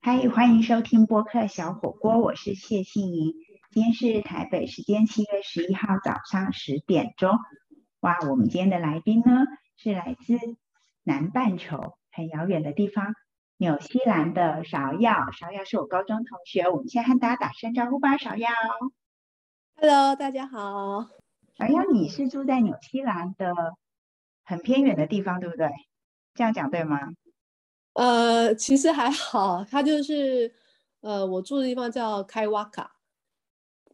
嗨，欢迎收听播客小火锅，我是谢杏莹。今天是台北时间七月十一号早上十点钟。哇，我们今天的来宾呢是来自南半球很遥远的地方，纽西兰的芍药。芍药是我高中同学，我们现在和大家打声招呼吧。芍药， Hello，大家好。芍药，你是住在纽西兰的很偏远的地方，对不对？这样讲对吗？呃，其实还好，它就是呃，我住的地方叫开瓦卡，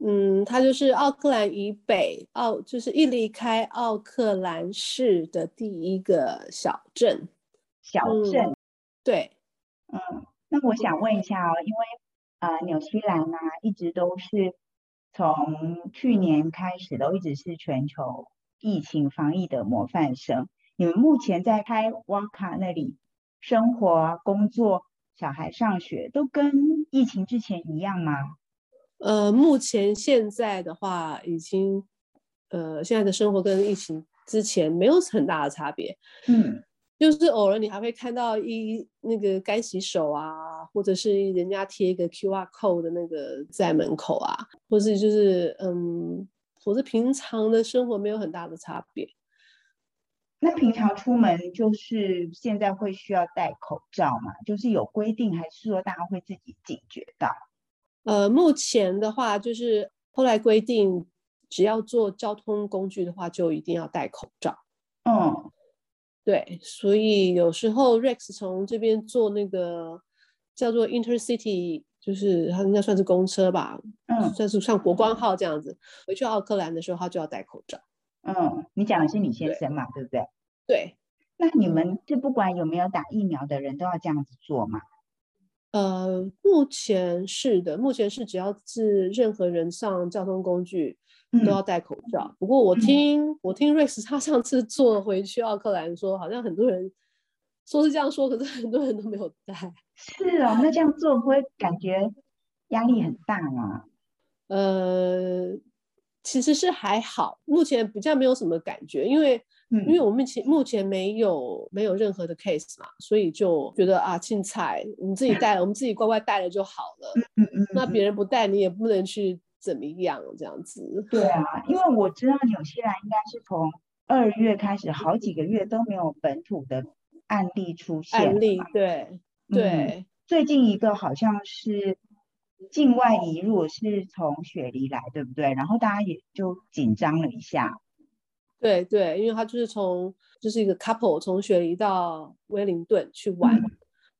嗯，它就是奥克兰以北，奥就是一离开奥克兰市的第一个小镇。小嗯镇。对，嗯，那我想问一下哦，因为呃，纽西兰呢、一直都是从去年开始都一直是全球疫情防疫的模范生。你们目前在开瓦卡那里生活、啊工作、小孩上学，都跟疫情之前一样吗？呃，目前现在的话，已经呃，现在的生活跟疫情之前没有很大的差别，嗯，就是偶尔你还会看到一那个该洗手啊，或者是人家贴一个 QR code 的那个在门口啊，或是就是嗯，我是平常的生活没有很大的差别。那平常出门就是现在会需要戴口罩吗？就是有规定，还是说大家会自己警觉到？呃，目前的话就是后来规定，只要坐交通工具的话，就一定要戴口罩。嗯，对，所以有时候 Rex 从这边坐那个叫做 Intercity，就是它应该算是公车吧，嗯算是像国光号这样子，回去奥克兰的时候，他就要戴口罩。嗯，你讲的是你先对生嘛，对不对？对，那你们嗯是不管有没有打疫苗的人都要这样子做吗？呃，目前是的，目前是只要是任何人上交通工具嗯都要戴口罩。不过我嗯听、我听瑞斯他上次坐回去奥克兰说，好像很多人说是这样说，可是很多人都没有戴。是哦，那这样做不会感觉压力很大吗？呃，其实是还好，目前比较没有什么感觉，因为嗯因为我目前目前没有没有任何的 case 嘛，所以就觉得啊，青菜我们自己带了，我们自己乖乖带了就好了。嗯嗯那嗯别人不带你也不能去怎么样这样子。对啊，因为我知道纽西兰应该是从二月开始，好几个月都没有本土的案例出现案了例嘛。对嗯对，最近一个好像是境外移入，是从雪梨来，对不对？然后大家也就紧张了一下。对对，因为他就是从就是一个 couple 从雪梨到威灵顿去玩，嗯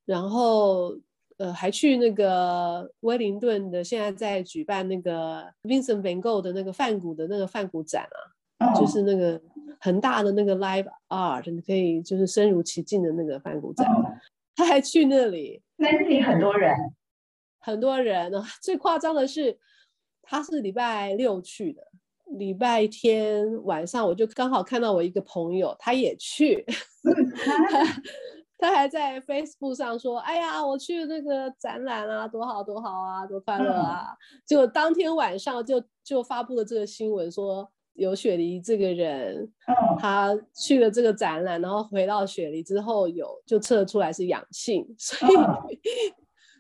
然后呃还去那个威灵顿的现在在举办那个 Vincent Van Gogh 的那个梵谷的那个梵谷展啊，嗯，就是那个很大的那个 live art，你可以就是身如其境的那个梵谷展，嗯他还去那里，那这里很多人，很多人呢。最夸张的是，他是礼拜六去的，礼拜天晚上我就刚好看到我一个朋友，他也去， 他还在 Facebook 上说：“哎呀，我去那个展览啊，多好多好啊，多快乐啊！”结果当天晚上就就发布了这个新闻说。有雪梨这个人，嗯， 他去了这个展览，然后回到雪梨之后有就测出来是阳性， 所以、嗯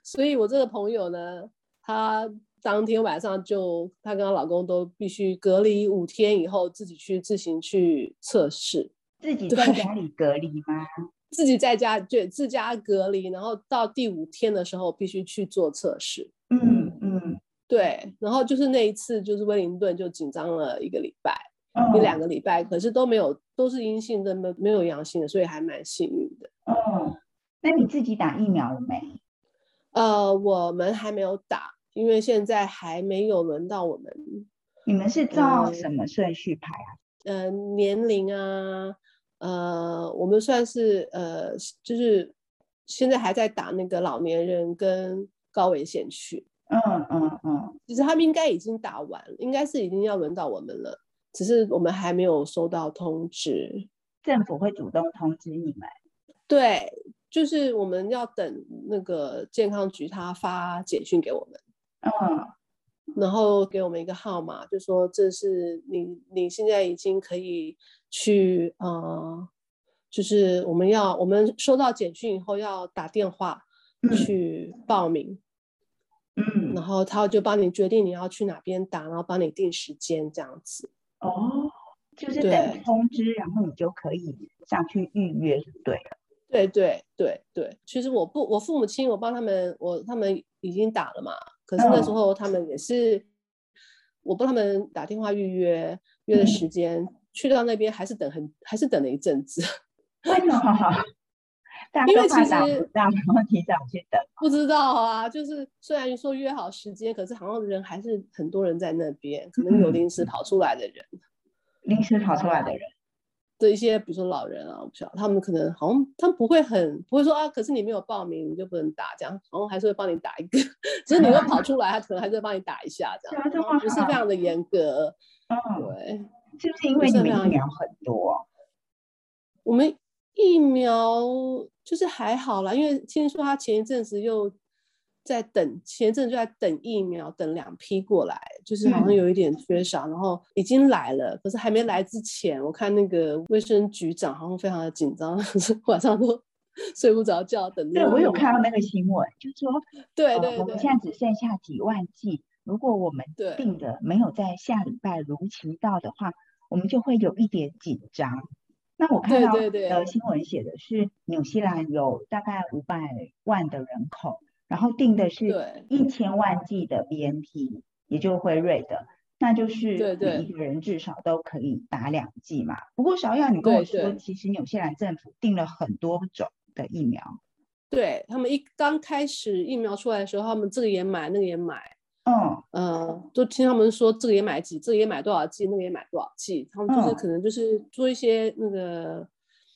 所以我这个朋友呢，她当天晚上就她跟她老公都必须隔离五天以后自己去自行去测试，自己在对家里隔离吗？自己在家对自家隔离，然后到第五天的时候必须去做测试。嗯嗯，对，然后就是那一次，就是威灵顿就紧张了一个礼拜，嗯一两个礼拜，可是都没有都是阴性的，没没有阳性的，所以还蛮幸运的。嗯，那你自己打疫苗了没？呃，我们还没有打，因为现在还没有轮到我们你们是照嗯什么顺序排啊？呃年龄啊，呃，我们算是呃，就是现在还在打那个老年人跟高危险区，嗯嗯嗯，其实他们应该已经打完了，应该是已经要轮到我们了，只是我们还没有收到通知。政府会主动通知你们。对，就是我们要等那个健康局他发简讯给我们。嗯然后给我们一个号码，就说这是你你现在已经可以去呃，就是我们要我们收到简讯以后要打电话去报名，嗯，然后他就帮你决定你要去哪边打，然后帮你定时间这样子。哦，就是对等通知，然后你就可以上去预约，对不对了？对对对对，其实我不，我父母亲我帮他们，我他们已经打了嘛，可是那时嗯候他们也是，我帮他们打电话预约，约了时间，去到那边还是等很，还是等了一阵子，为什么？大家因都为怕其打实不到，然后提早去等。不知道啊，就是虽然说约好时间，可是好像人还是很多人在那边，可能嗯有临时跑出来的人，临时跑出来的人，对一些比如说老人啊，我不晓得他们可能好像他们不会很不会说啊，可是你没有报名你就不能打这样，好像还是会帮你打一个， 只是你又跑出来，他可能还是会帮你打一下这样，对啊这然后么不是好非常的严格。嗯，对，是不是因为不你是们非疫常苗很多？我们疫苗就是还好啦，因为听说他前一阵子又在等，前一阵就在等疫苗，等两批过来，就是好像嗯有一点缺少，然后已经来了，可是还没来之前，我看那个卫生局长好像非常的紧张，晚上都 睡不着觉等那对，个我疫苗。有看到那个新闻，就是说，对呃对我对们现在只剩下几万剂，如果我们对定的没有在下礼拜如期到的话，我们就会有一点紧张。那我看对到对对呃新闻写的是，纽西兰有大概五百万的人口，然后定的是嗯对一千万剂的 BNT，也就是辉瑞的，那就是对对每一个人至少都可以打两剂嘛。不过芍药，你跟我对说，对其实纽西兰政府定了很多种的疫苗，对，他们一刚开始疫苗出来的时候，他们这个也买，那个也买。嗯呃，就听他们说这个也买几，这个也买多少剂，那个也买多少剂，他们就嗯是可能就是做一些那个、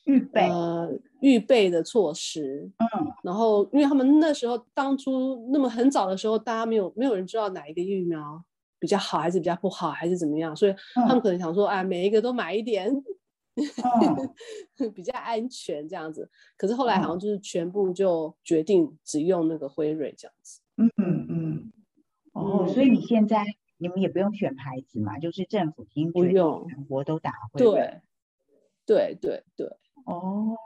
预备，呃预备的措施。嗯。然后，因为他们那时候当初那么很早的时候，大家没有没有人知道哪一个疫苗比较好，还是比较不好，还是怎么样，所以他们嗯可能想说，哎，每一个都买一点， 嗯比较安全这样子。可是后来好像就是全部就决定只用那个辉瑞这样子。嗯嗯，哦，所以嗯你现在你们也不用选牌子嘛，就是政府已经不决定用全国都打回对，对对对。哦，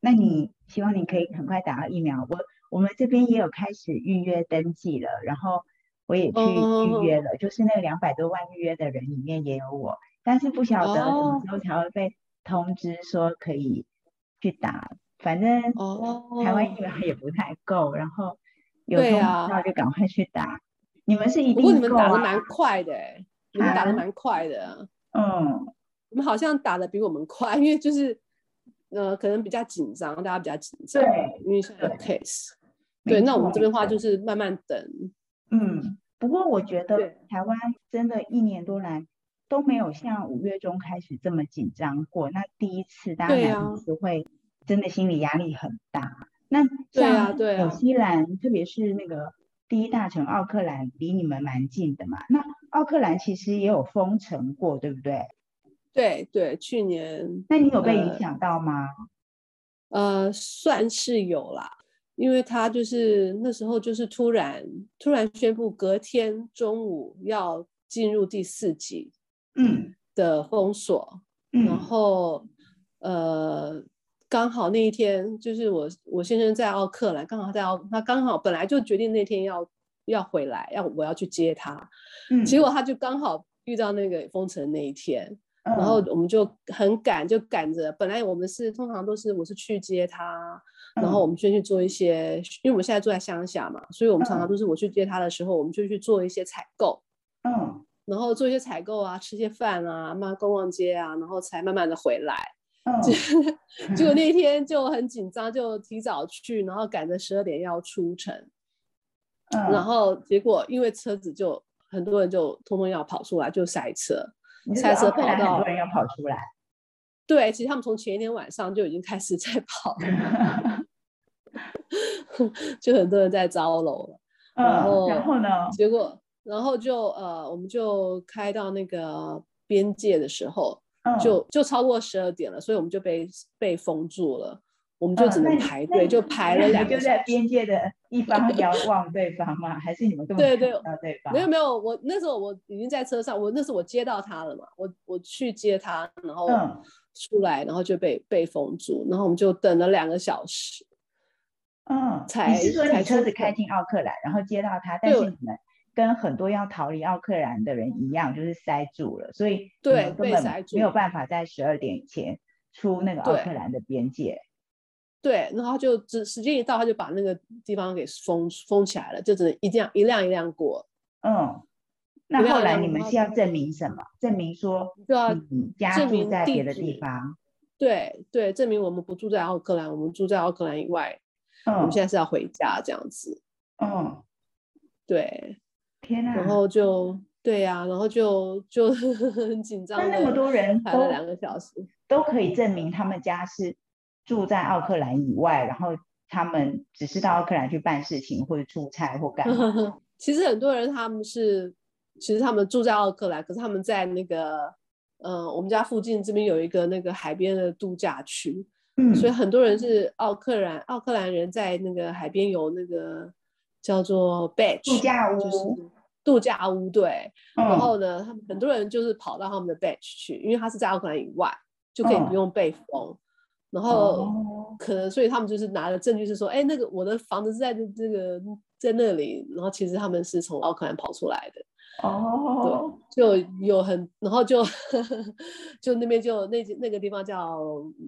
那你希望你可以很快打到疫苗。我我们这边也有开始预约登记了，然后我也去哦预约了，就是那两百多万预约的人里面也有我，但是不晓得什么哦时候才会被通知说可以去打，反正哦，台湾疫苗也不太够，然后有对通知啊到就赶快去打。你们是一不过你定们够打的啊蛮快的、欸，你们打啊的蛮快的啊、嗯你们好像打的比我们快，因为就是呃，可能比较紧张，大家比较紧张，对，因为现在有对 case。没对，那我们错这边的话就是慢慢等。嗯，不过我觉得对台湾真的一年多来都没有像五月中开始这么紧张过。那第一次大家对难啊免是会真的心理压力很大。那对啊像对纽啊西兰，特别是那个第一大城奥克兰，离你们蛮近的嘛。那奥克兰其实也有封城过，对不对？对对，去年那你有被影呃响到吗？呃算是有啦，因为他就是那时候就是突然突然宣布隔天中午要进入第四级嗯的封锁，然嗯后呃，刚好那一天就是我我先生在奥克兰，刚好在奥，他刚好本来就决定那天要要回来，要我要去接他，嗯，结果他就刚好遇到那个封城那一天，然然后我们就很赶，就赶着，本来我们是通常都是我是去接他。然嗯后我们先去做一些，因为我们现在住在乡下嘛，所以我们常常嗯都是我去接他的时候，我们就去做一些采购，嗯然后做一些采购啊，吃些饭啊，慢慢逛逛街啊，然后才慢慢的回来。嗯结果那一天就很紧张，就提早去，然后赶着十二点要出城，嗯， 然后结果因为车子就很多人就通通要跑出来，就塞车。你是赛说奥车克跑兰很道多人要跑 出来。对，其实他们从前一天晚上就已经开始在 跑了，嗯就很多人在招楼了。嗯，然然后后呢？结果，然后就呃，我们就开到那个边界的时候，嗯就就超过十二点了，所以我们就被被封住了，我们就只嗯那能你排那队，你就排那了你两就个在小时。边界的一方遥望对方吗？还是你们根本对看对不到对方？没有没有，我那时候我已经在车上，我那时候我接到他了嘛，我我去接他，然后嗯出来，然后就被被封住，然后我们就等了两个小时，嗯，才你是说才你车出子开国进奥克兰，然后接到他，但对是你们跟很多要逃离奥克兰的人一样，就是塞住了，所以你对们根被本塞没有住办法在十二点以前出那个奥对克兰的边界。对，然后他就只时间一到，他就把那个地方给封封起来了，就只能一辆一辆一辆过，嗯，那不后要来让你们他是要证明什么？证明说就要你家证住明在地别的地址方。对对证明我们不住在奥克兰，我们住在奥克兰以外，我嗯们现在是要回家这样子，嗯，对，天呐，然后就对呀、然后就就 很紧张那那的么多人排了都两个小时，都可以证明他们家是住在奥克兰以外，然后他们只是到奥克兰去办事情或者出差或干 嘛。 其实很多人他们是，其实他们住在奥克兰，可是他们在那个，呃，我们家附近这边有一个那个海边的度假区，嗯，所以很多人是奥克兰奥克兰人在那个海边有那个叫做 beach，度假屋，就是度假屋，对。然嗯后呢，他们很多人就是跑到他们的 beach 去，因为它是在奥克兰以外，就可以嗯不用被封。然后哦，可能所以他们就是拿了证据是说，哎，那个我的房子是在这这个在那里，然后其实他们是从奥克兰跑出来的，哦，就有很，然后就 就那边就那那个地方叫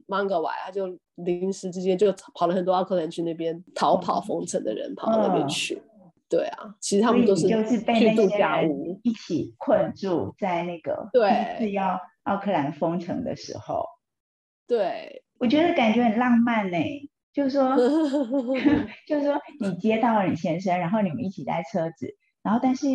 Mangawai，他就临时之间就跑了很多奥克兰去那边逃跑封城的人跑到那边嗯去，对啊，其实他所们以都你是就是被去那度些假人屋，一起困住在那个第一次对要奥克兰封城的时候，对，，我觉得感觉很浪漫呢、就是说 就是说你接到了你先生，然后你们一起在车子，然后但 是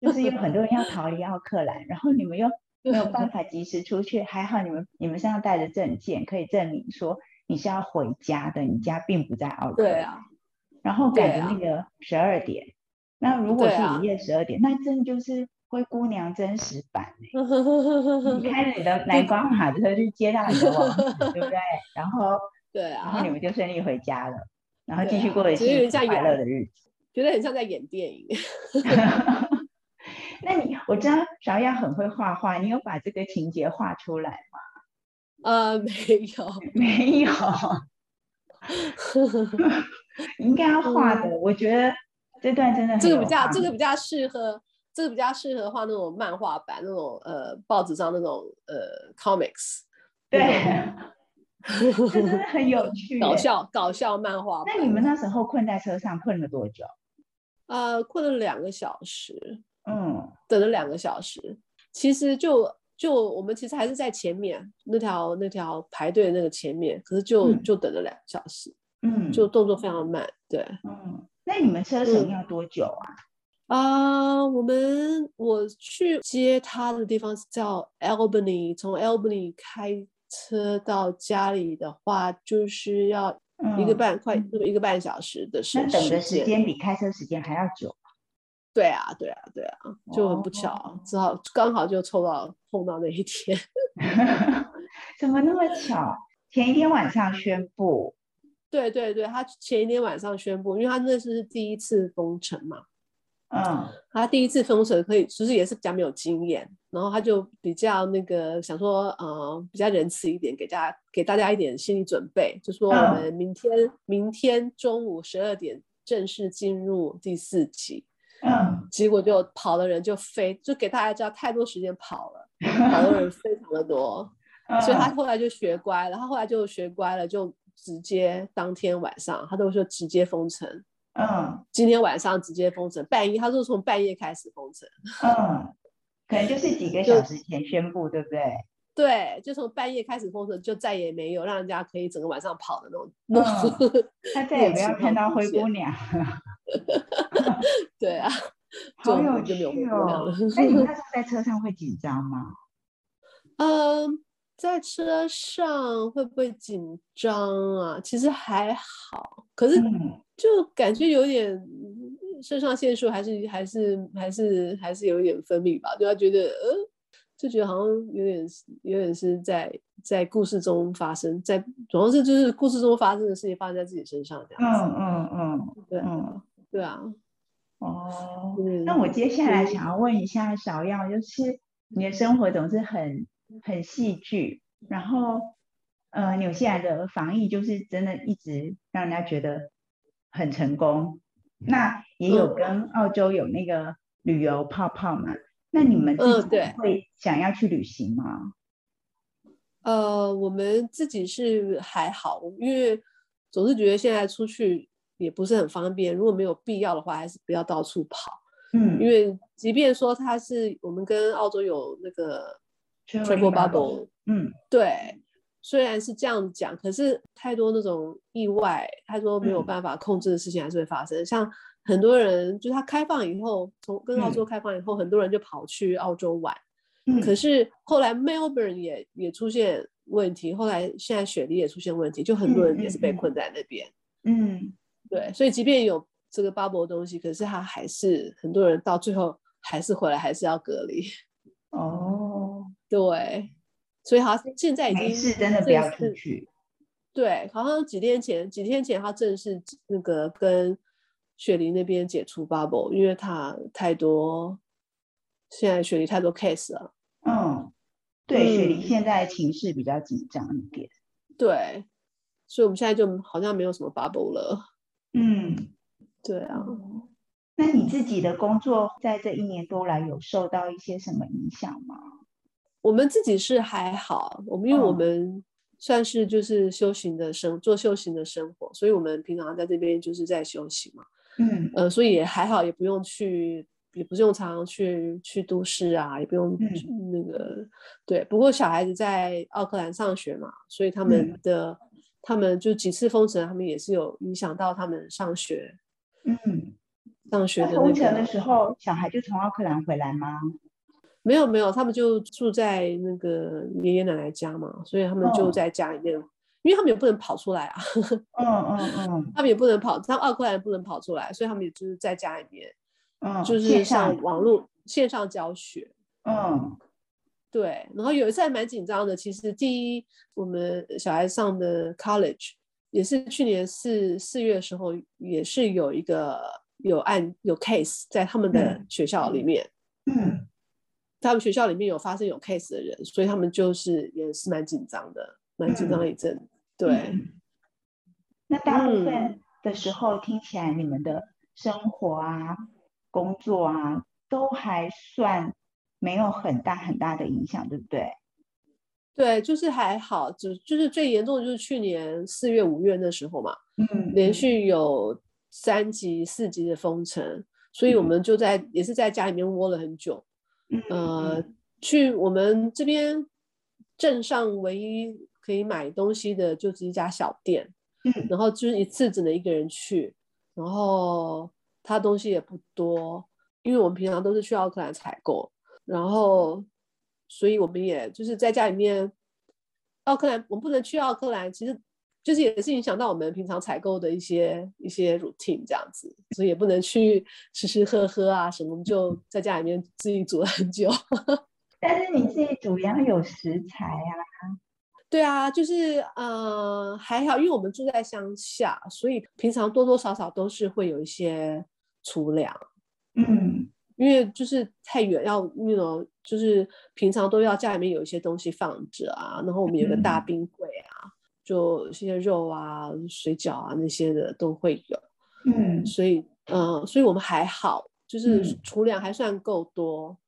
就是有很多人要逃离奥克兰，然后你们又 嗯没有办法及时出去，还好你们你们身上带着证件，可以证明说你是要回家的，你家并不在奥克对兰。啊，然后赶对着啊那个十二点，那如果对是啊午夜十二点，那真的就是灰姑娘真实版欸、嗯你开着你的南瓜马车去接到你的王子，对不对？然后 对然后啊你，们就顺利回家了，然后对继续啊过着其实有幸福点像快演乐的日子。觉得很像在演电影。那你我知道小雅很会画画，你有把这个情节画出来吗？ 呃，没有，没有，你应该要画的。我觉得这段真的很嗯这个有比较画这个面比较适合，这个比较适合画那种漫画版那种呃报纸上那种呃 comics，对，这真的很有趣搞耶。笑搞笑漫画版。那你们那时候困在车上困了多久？呃困了两个小时，嗯，等了两个小时，其实就。就我们其实还是在前面那条那条排队的那个前面，可是就、嗯就等了两个小时，嗯，就动作非常慢，对。嗯，那你们车程嗯要多久啊？啊、我们我去接他的地方是叫 Albany，从 Albany 开车到家里的话，就是要一个嗯，半、快那么一个半小时的时那等的时间。间比开车时间还要久，哦对啊，对啊，对啊，就很不巧，只好刚好就凑到碰到那一天。 怎么那么巧？前一天晚上宣布，对对对，他前一天晚上宣布，因为他那是第一次封城嘛，嗯他第一次封城可以，就是也是比较没有经验，然后他就比较那个想说，呃，比较仁慈一点，给大家给大家一点心理准备，就说我嗯们明天、明天中午十二点正式进入第四级，嗯，结果就跑的人就非就给大家知道太多时间跑了，跑的人非常的多，嗯所以他后来就学乖了，他后来就学乖了，就直接当天晚上他都说直接封城，嗯今天晚上直接封城，半夜他说从半夜开始封城。嗯嗯，可能就是几个就小时前宣布，对不对？对，就从半夜开始封城，就再也没有让人家可以整个晚上跑的嗯那种。那种他再那也种不要情看况到出灰姑现娘，对啊，好 就有就趣没有灰姑娘哦了。那 你们那时候在车上会紧张吗？嗯，在车上会不会紧张啊？其实还好，可是嗯就感觉有点嗯肾上腺素还是还是还是还是有一点分泌吧，就他觉得呃，就觉得好像有点是有点是在在故事中发生，在主要是就是故事中发生的事情发生在自己身上这样子。嗯嗯嗯对啊嗯，对啊，哦。嗯，那我接下来嗯想要问一下小样，就是你的生活总是很很戏剧，然后呃，纽西兰的防疫就是真的一直让人家觉得很成功，那也嗯有跟澳洲有那个旅游泡泡嘛。那你们自嗯己对会想要去旅行吗？呃，我们自己是还好，因为总是觉得现在出去也不是很方便，如果没有必要的话，还是不要到处跑。嗯，因为即便说它是我们跟澳洲有那个 Traveling travel bubble bubble，嗯对，虽然是这样讲，可是太多那种意外，太多没有嗯办法控制的事情还是会发生。像很多人，就是它开放以后，从跟澳嗯洲开放以后，很多人就跑去澳洲玩。嗯，可是后来 Melbourne 也也出现问题，后来现在雪梨也出现问题，就很多嗯人也嗯是被嗯困在那边。嗯对，所以即便有这个 bubble 的东西，可是它还是很多人到最后还是回来，还是要隔离。 哦，对，所以好像现在已没经事，真的不正要出式去。对，好像几天前，几天前他正式那个跟雪梨那边解除 bubble，因为他太多，现在雪梨太多 case 了。嗯，对，雪梨嗯现在情势比较紧张一点。对，所以我们现在就好像没有什么 bubble 了。嗯，对啊，哦那你自己的工作在这一年多来有受到一些什么影响吗？我们自己是还好，我们因为我嗯们算是就是修行的生，做修行的生活，所以我们平常在这边就是在修行嘛。嗯呃，所以也还好，也不用去，也不用常常去去都市啊，也不用嗯去那个，对。不过小孩子在奥克兰上学嘛，所以他们嗯的、他们就几次封城，他们也是有影响到他们上学嗯，上学那的那封城个的时候，小孩就从奥克兰回来吗？没有没有，他们就住在那个爷爷奶奶家嘛，所以他们就哦在家里面，因为他们也不能跑出来啊，嗯嗯他们也不能跑，他们奥克兰也不能跑出来，所以他们也就是在家里面，嗯嗯，就线是上上，网络线上教学。嗯对，然后有一次还蛮紧张的。其实第一，我们小孩上的 college 也是去年四四月的时候，也是有一个有案有 case 在他们的嗯学校里面，嗯他们学校里面有发生有 case 的人，所以他们就是也是蛮紧张的，蛮紧张的一阵。对，嗯那大部嗯分的时候，听起来你们的生活啊、工作啊，都还算没有很大很大的影响，对不对？对，就是还好，就就是最严重的就是去年四月五月那时候嘛，嗯，连续有三级、四级的封城，所以我嗯们就在也是在家里面窝了很久。嗯，呃嗯，去我们这边镇上唯一可以买东西的就是一家小店，嗯然后就是一次只能一个人去，然后他东西也不多，因为我们平常都是去奥克兰采购，然后所以我们也就是在家里面，奥克兰我们不能去奥克兰，其实就是也是影响到我们平常采购的一些一些 routine 这样子，所以也不能去吃吃喝喝啊什么，我们就在家里面自己煮了很久。但是你自己煮要有食材啊，对啊，就是呃还好，因为我们住在乡下，所以平常多多少少都是会有一些储粮，嗯因为就是太远要那种，就是平常都要家里面有一些东西放着啊，然后我们有个大嗯冰柜啊，就一些肉啊、水饺啊那些的都会有。嗯所以，呃，所以我们还好，就是嗯储粮还算够多。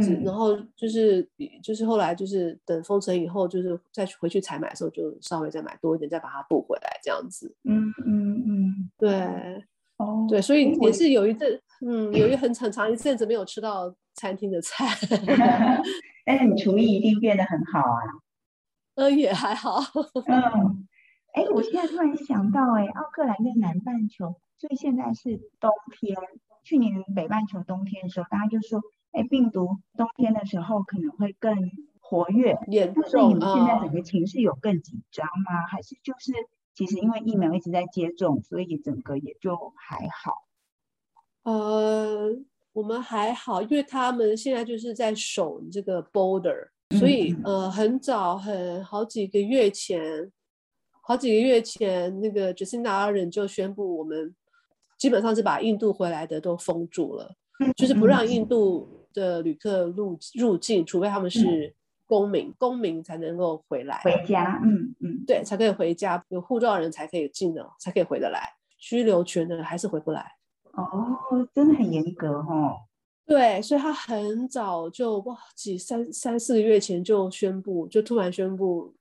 只嗯然后就是就是后来就是等封城以后，就是再去回去采买的时候，就稍微再买多一点，再把它补回来这样子。嗯嗯嗯，对哦，对，所以诶我也是有一阵，嗯，有一很很长一阵子没有吃到餐厅 的菜， 但是你厨艺一定变得很好啊。呃，也还好。 嗯，哎，我现在突然想到，哎，奥克兰跟南半球，所以现在是冬天。去年北半球冬天的时候，大家就说，哎，病毒冬天的时候可能会更活跃。严那所以你重们现在啊、整个情势有更紧张吗？还是就是其实因为疫苗一直在接种，所以整个也就还好？呃，我们还好，因为他们现在就是在守这个 border，嗯所以嗯呃，很早很好几个月前，好几个月前，那个 Jacinda Ardern 就宣布，我们基本上是把印度回来的都封住了，嗯就是嗯不让印度的旅客入入境，除非他们是公民，公民才能够回嗯来。回家，嗯嗯对，才可以回家，有护照的人才可以进的，才可以回得来。居留权的人还是回不来。哦，真的很严格哦。对，所以他很早就哇，几三三四个月前就宣布，就突然宣布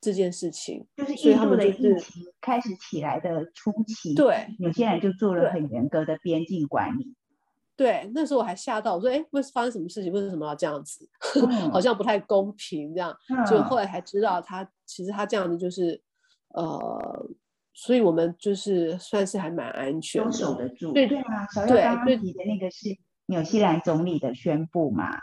这件事情。就是所以印他度们的就疫是情开始起来的初期，，对有些人就做了对很严格的边境管理。对，那时候我还吓到，我说哎，为发生什么事情？为什么要这样子？ 好好像不太公平这样。嗯就后来才知道他，其实他这样子就是，呃，所以我们就是算是还蛮安全嗯都守的。得住，对对啊，小对耀刚对刚提的那个是纽西兰总理的宣布嘛？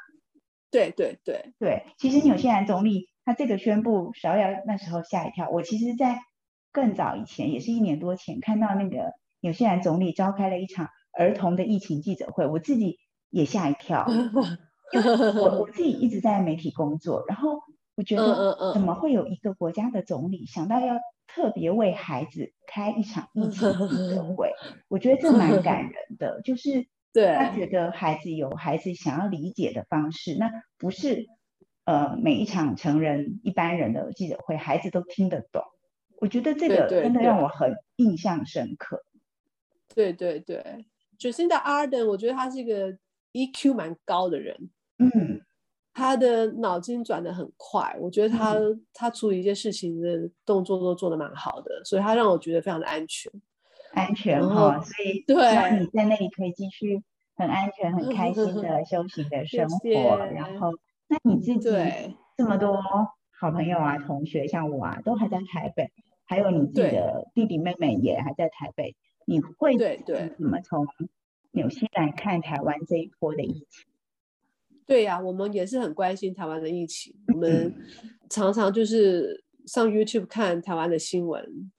对对对，对，其实纽西兰总理他这个宣布，小耀那时候吓一跳。我其实，在更早以前，也是一年多前，看到那个纽西兰总理召开了一场儿童的疫情记者会，我自己也吓一 跳。嗯我我自己一直在媒体工作，然后我觉嗯嗯得嗯怎么会有一个国家的总理想到要特别为孩子开一场疫情嗯记者会？我觉得这蛮感人的，就是他对觉得孩子有孩子想要理解的方式，那不是呃每一场成人一般人的记者会，孩子都听得懂。我觉得这对个对真的对让我很印象深刻。对对对，Jacinda Arden，我觉得他是一个 EQ 蛮高的人，嗯，他的脑筋转得很快，我觉得他、嗯他处理一些事情的动作都做得蛮好的，所以他让我觉得非常的安全。安全然哈、后所以希哦对嗯望你在那里可以继续很安全、很开心的修行的谢生活。谢然后，那你自己对这么多好朋友啊、同学，像我啊，都还在台北，还有你自己对的弟弟妹妹也还在台北，你会对对怎么从纽西兰看台湾这一波的疫情？对呀、我们也是很关心台湾的疫情，我们嗯常常就是上 YouTube 看台湾的新闻，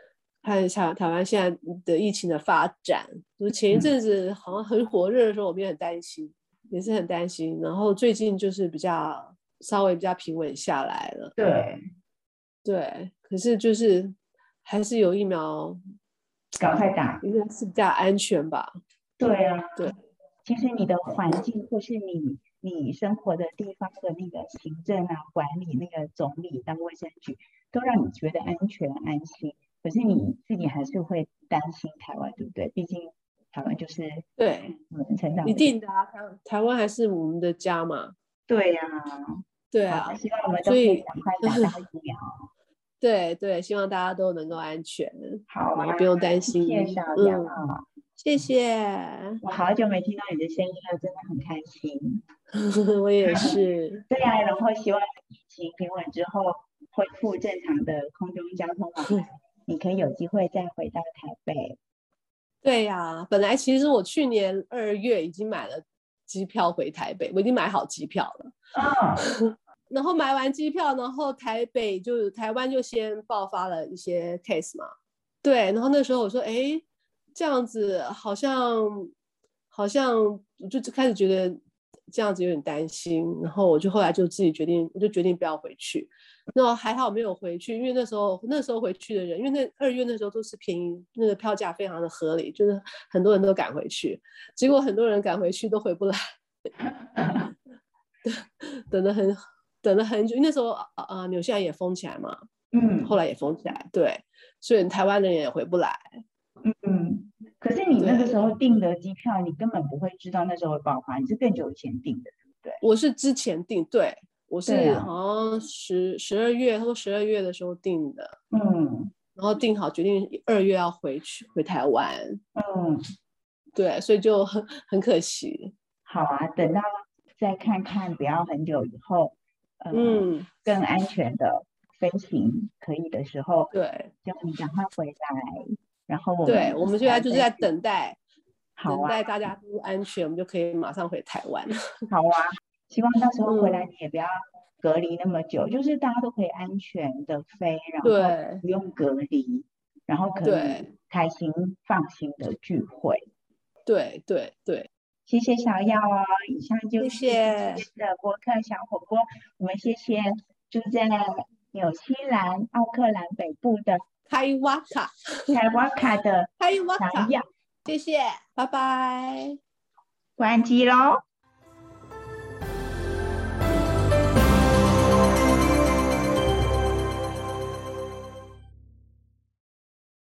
看一下台湾现在的疫情的发展。就是前一嗯阵子好像很火热的时候，我们也很担心，也是很担心。然后最近就是比较稍微比较平稳下来了，对，对。可是就是还是有疫苗，赶快打。应该是比较安全吧？对啊，对。其实你的环境或是你你生活的地方的那个行政啊、管理、那个总理到卫生局，都让你觉得安全安心。可是你自己还是会担心台湾，对不对？毕竟台湾就是对，我们成长的一地定的啊，台台湾还是我们的家嘛。对呀、对好啊，希望我们都所可以以赶快打到疫苗。对对，希望大家都能够安全，好然后啊，不用担谢心。谢小杨嗯，啊，谢谢， 我好久没听到你的声音了，真的很开心。我也 是。对呀、然后希望疫情平稳之后恢复正常的空中交通往来，你可以有机会再回到台北。对呀、本来其实我去年二月已经买了机票回台北，我已经买好机票了。嗯，然后买完机票，然后台北就台湾就先爆发了一些 case 嘛，对，然后那时候我说，哎，这样子好像好像我就开始觉得这样子有点担心，然后我就后来就自己决定，我就决定不要回去。那还好没有回去，因为那时候那时候回去的人，因为那二月那时候都是便宜，那个票价非常的合理，就是很多人都赶回去，结果很多人赶回去都回不来。 等了很等了很久，因为那时候啊啊纽西兰也封起来嘛，嗯后来也封起来，对，所以台湾人也回不来。嗯，可是你那个对时候订的机票，你根本不会知道那时候会爆发，你是更久以前订的。我是之前订，对我对是啊好像十十二月，他说十二月的时候订的，嗯然后订好决定二月要回去回台湾，嗯，对，所以就很很可惜，好啊，等到再看看，不要很久以后，呃，嗯，更安全的飞行可以的时候，对叫你赶快回来。然后我对，们我们现在就是在再等待。 好等啊。待大家都安全，我们就可以马上回台湾。好啊，希望到时候回来嗯你也不要隔离那么久，就是大家都可以安全的飞，然后对不用隔离，然后可以对开心放心的聚会。对对对，谢谢小耀哦，以上就是谢谢今天的播客小火锅，我们谢谢住在纽西兰奥克兰北部的开瓦卡，台湾卡的开瓦小卡，耀，谢谢，拜拜。关机喽。